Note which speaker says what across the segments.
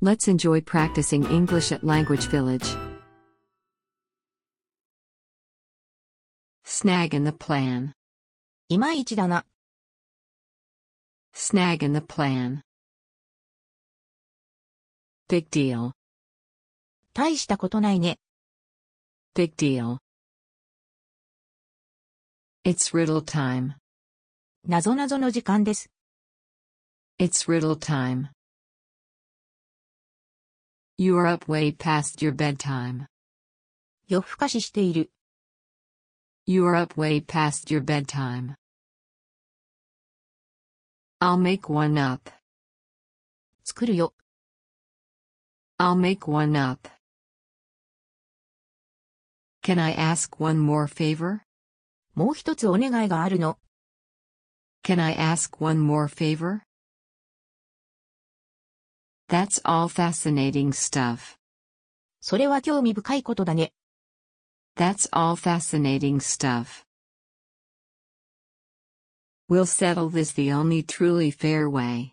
Speaker 1: Let's enjoy practicing English at Language Village. Snag in the plan.
Speaker 2: いまいちだな。
Speaker 1: Snag in the plan. Big deal.
Speaker 2: 大したことないね。
Speaker 1: Big deal. It's riddle time.
Speaker 2: なぞなぞの時間です。
Speaker 1: It's riddle time. You are up way past your bedtime.
Speaker 2: 夜更かししている。
Speaker 1: You are up way past your bedtime. I'll make one up.
Speaker 2: 作るよ。
Speaker 1: I'll make one up. Can I ask one more favor?
Speaker 2: もう一つお願いがあるの。
Speaker 1: Can I ask one more favor? That's all fascinating stuff.
Speaker 2: それは興味深いことだね。
Speaker 1: That's all fascinating stuff. We'll settle this the only truly fair way.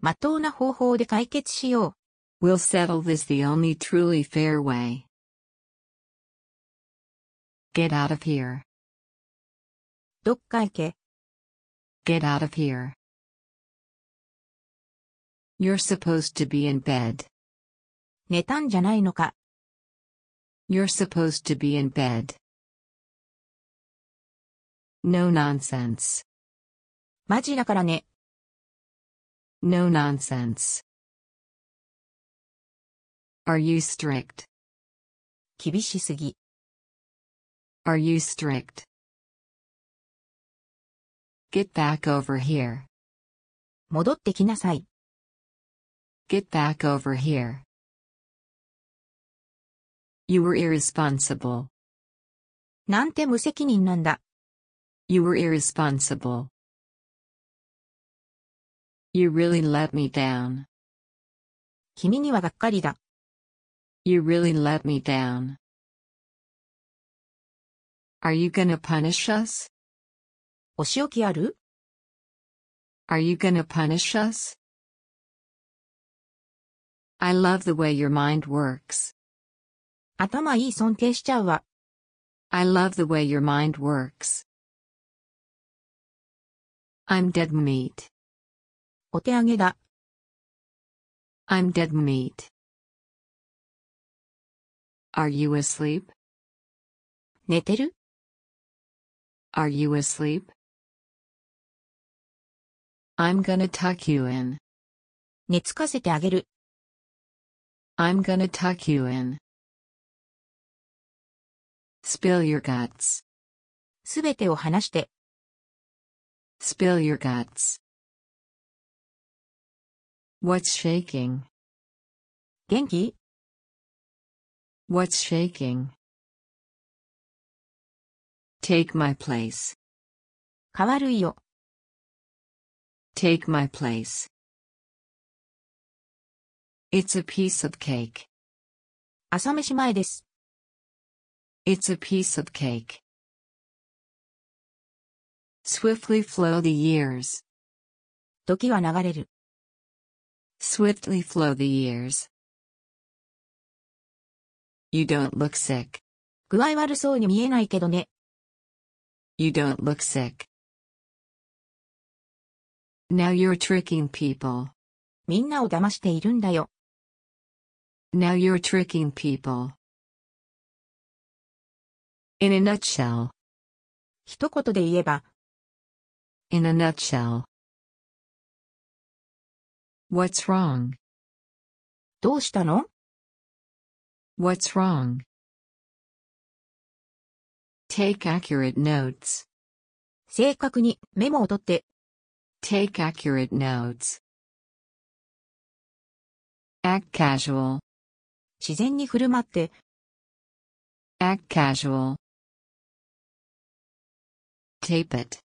Speaker 2: まっとうな方法で解決しよ
Speaker 1: We'll settle this the only truly fair way. Get out of here.
Speaker 2: う。どっか行け。
Speaker 1: Get out of here. You're supposed to be in bed.
Speaker 2: 寝たんじゃないのか。
Speaker 1: You're supposed to be in bed. No nonsense.
Speaker 2: マジだからね。
Speaker 1: No nonsense. Are you strict?
Speaker 2: 厳しすぎ。
Speaker 1: Are you strict? Get back over here.
Speaker 2: 戻ってきなさい。
Speaker 1: Get back over here. You were irresponsible.
Speaker 2: なんて無責任なんだ。
Speaker 1: You were irresponsible. You really let me down.
Speaker 2: 君にはがっかりだ。
Speaker 1: You really let me down. Are you gonna punish us?
Speaker 2: お仕置きある
Speaker 1: Are you gonna punish us? I love the way your mind works.
Speaker 2: 頭いい尊敬しちゃうわ。
Speaker 1: I love the way your mind works. I'm dead meat.
Speaker 2: お手上げだ。
Speaker 1: I'm dead meat. Are you asleep?
Speaker 2: 寝てる
Speaker 1: Are you asleep? I'm gonna tuck you in.
Speaker 2: 寝つかせてあげる。
Speaker 1: I'm gonna tuck you in. Spill your guts.
Speaker 2: すべてを話して。
Speaker 1: Spill your guts. What's shaking?
Speaker 2: 元気
Speaker 1: What's shaking? Take my place.
Speaker 2: 変わるいよ。
Speaker 1: Take my place. It's a piece of cake.
Speaker 2: 朝飯前です。
Speaker 1: It's a piece of cake. Swiftly flow the years.
Speaker 2: 時は流れる。
Speaker 1: Swiftly flow the years. You don't look sick.
Speaker 2: 具合悪そうに見えないけどね。
Speaker 1: You don't look sick. Now you're tricking people.
Speaker 2: みんなを騙しているんだよ。
Speaker 1: Now you're tricking people. In a nutshell.
Speaker 2: 一言で言えば、
Speaker 1: In a nutshell. What's wrong?
Speaker 2: どうしたの
Speaker 1: What's wrong? Take accurate notes.
Speaker 2: 正確にメモを取って、
Speaker 1: Take accurate notes. Act casual.
Speaker 2: 自然に振る舞って、
Speaker 1: Act casual. Tape it.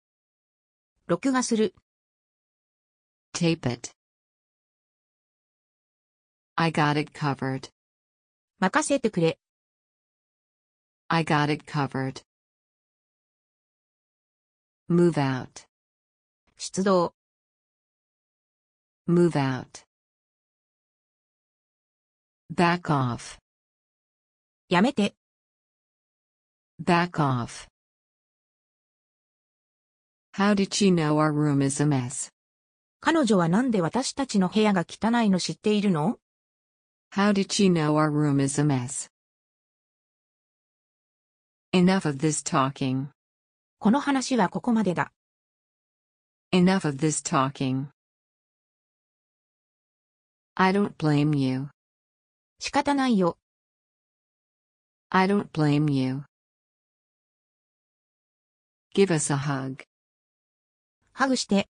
Speaker 2: 録画する。
Speaker 1: Tape it. I got it covered.
Speaker 2: 任せてくれ。
Speaker 1: I got it covered. Move out.
Speaker 2: 出動。
Speaker 1: Move out. Back off.
Speaker 2: やめて、
Speaker 1: Back off. How did she know our room is a mess?
Speaker 2: 彼女はなんで私たちの部屋が汚いの知っているの
Speaker 1: How did she know our room is a mess? Enough of this talking.
Speaker 2: この話はここまでだ。
Speaker 1: Enough of this talking. I don't blame you.
Speaker 2: 仕方ないよ。
Speaker 1: I don't blame you. Give us a hug.
Speaker 2: ハグして、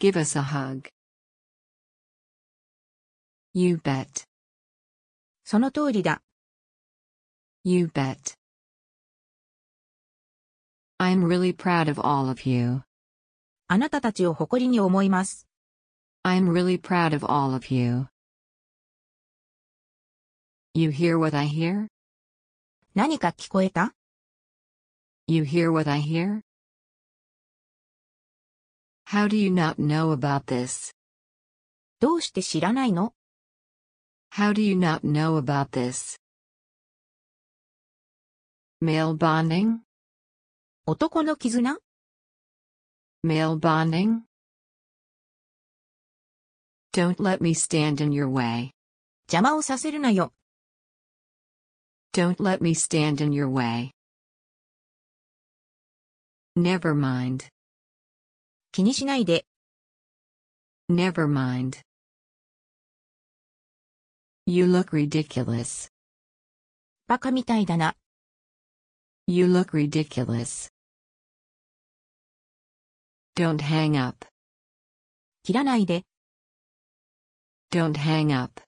Speaker 1: Give us a hug. You bet.
Speaker 2: その通りだ。
Speaker 1: You bet. I'm really proud of all of you.
Speaker 2: あなたたちを誇りに思います。
Speaker 1: I'm really proud of all of you. You hear what I hear?
Speaker 2: 何か聞こえた
Speaker 1: You hear what I hear? How do you not know about this?
Speaker 2: どうして知らないの
Speaker 1: How do you not know about this? Male bonding?
Speaker 2: 男の絆
Speaker 1: Male bonding? Don't let me stand in your way.
Speaker 2: 邪魔をさせるなよ。
Speaker 1: Don't let me stand in your way. Never mind.
Speaker 2: 気にしないで。
Speaker 1: Never mind. You look ridiculous.
Speaker 2: バカみたいだな。
Speaker 1: You look ridiculous. Don't hang up.
Speaker 2: 切らないで。
Speaker 1: Don't hang up.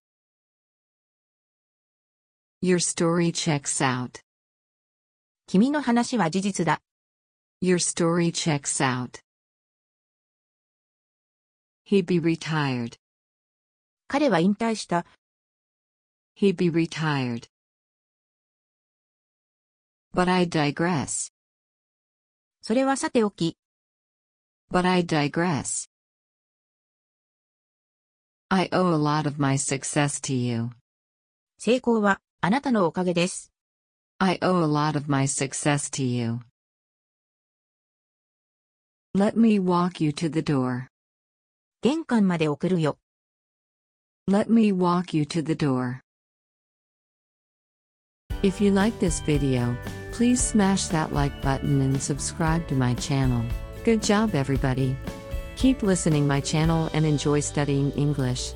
Speaker 1: Your story checks out.
Speaker 2: 君の話は事実だ。
Speaker 1: Your story checks out. He be retired.
Speaker 2: 彼は引退した。
Speaker 1: He be retired. But I digress.
Speaker 2: それはさておき。
Speaker 1: But I digress. I owe a lot of my success to you.
Speaker 2: 成功は、あなたのおかげです。
Speaker 1: I owe a lot of my success to you. Let me walk you to the door.
Speaker 2: 玄関まで送るよ。
Speaker 1: Let me walk you to the door. If you like this video, please smash that like button and subscribe to my channel. Good job everybody. Keep listening my channel and enjoy studying English.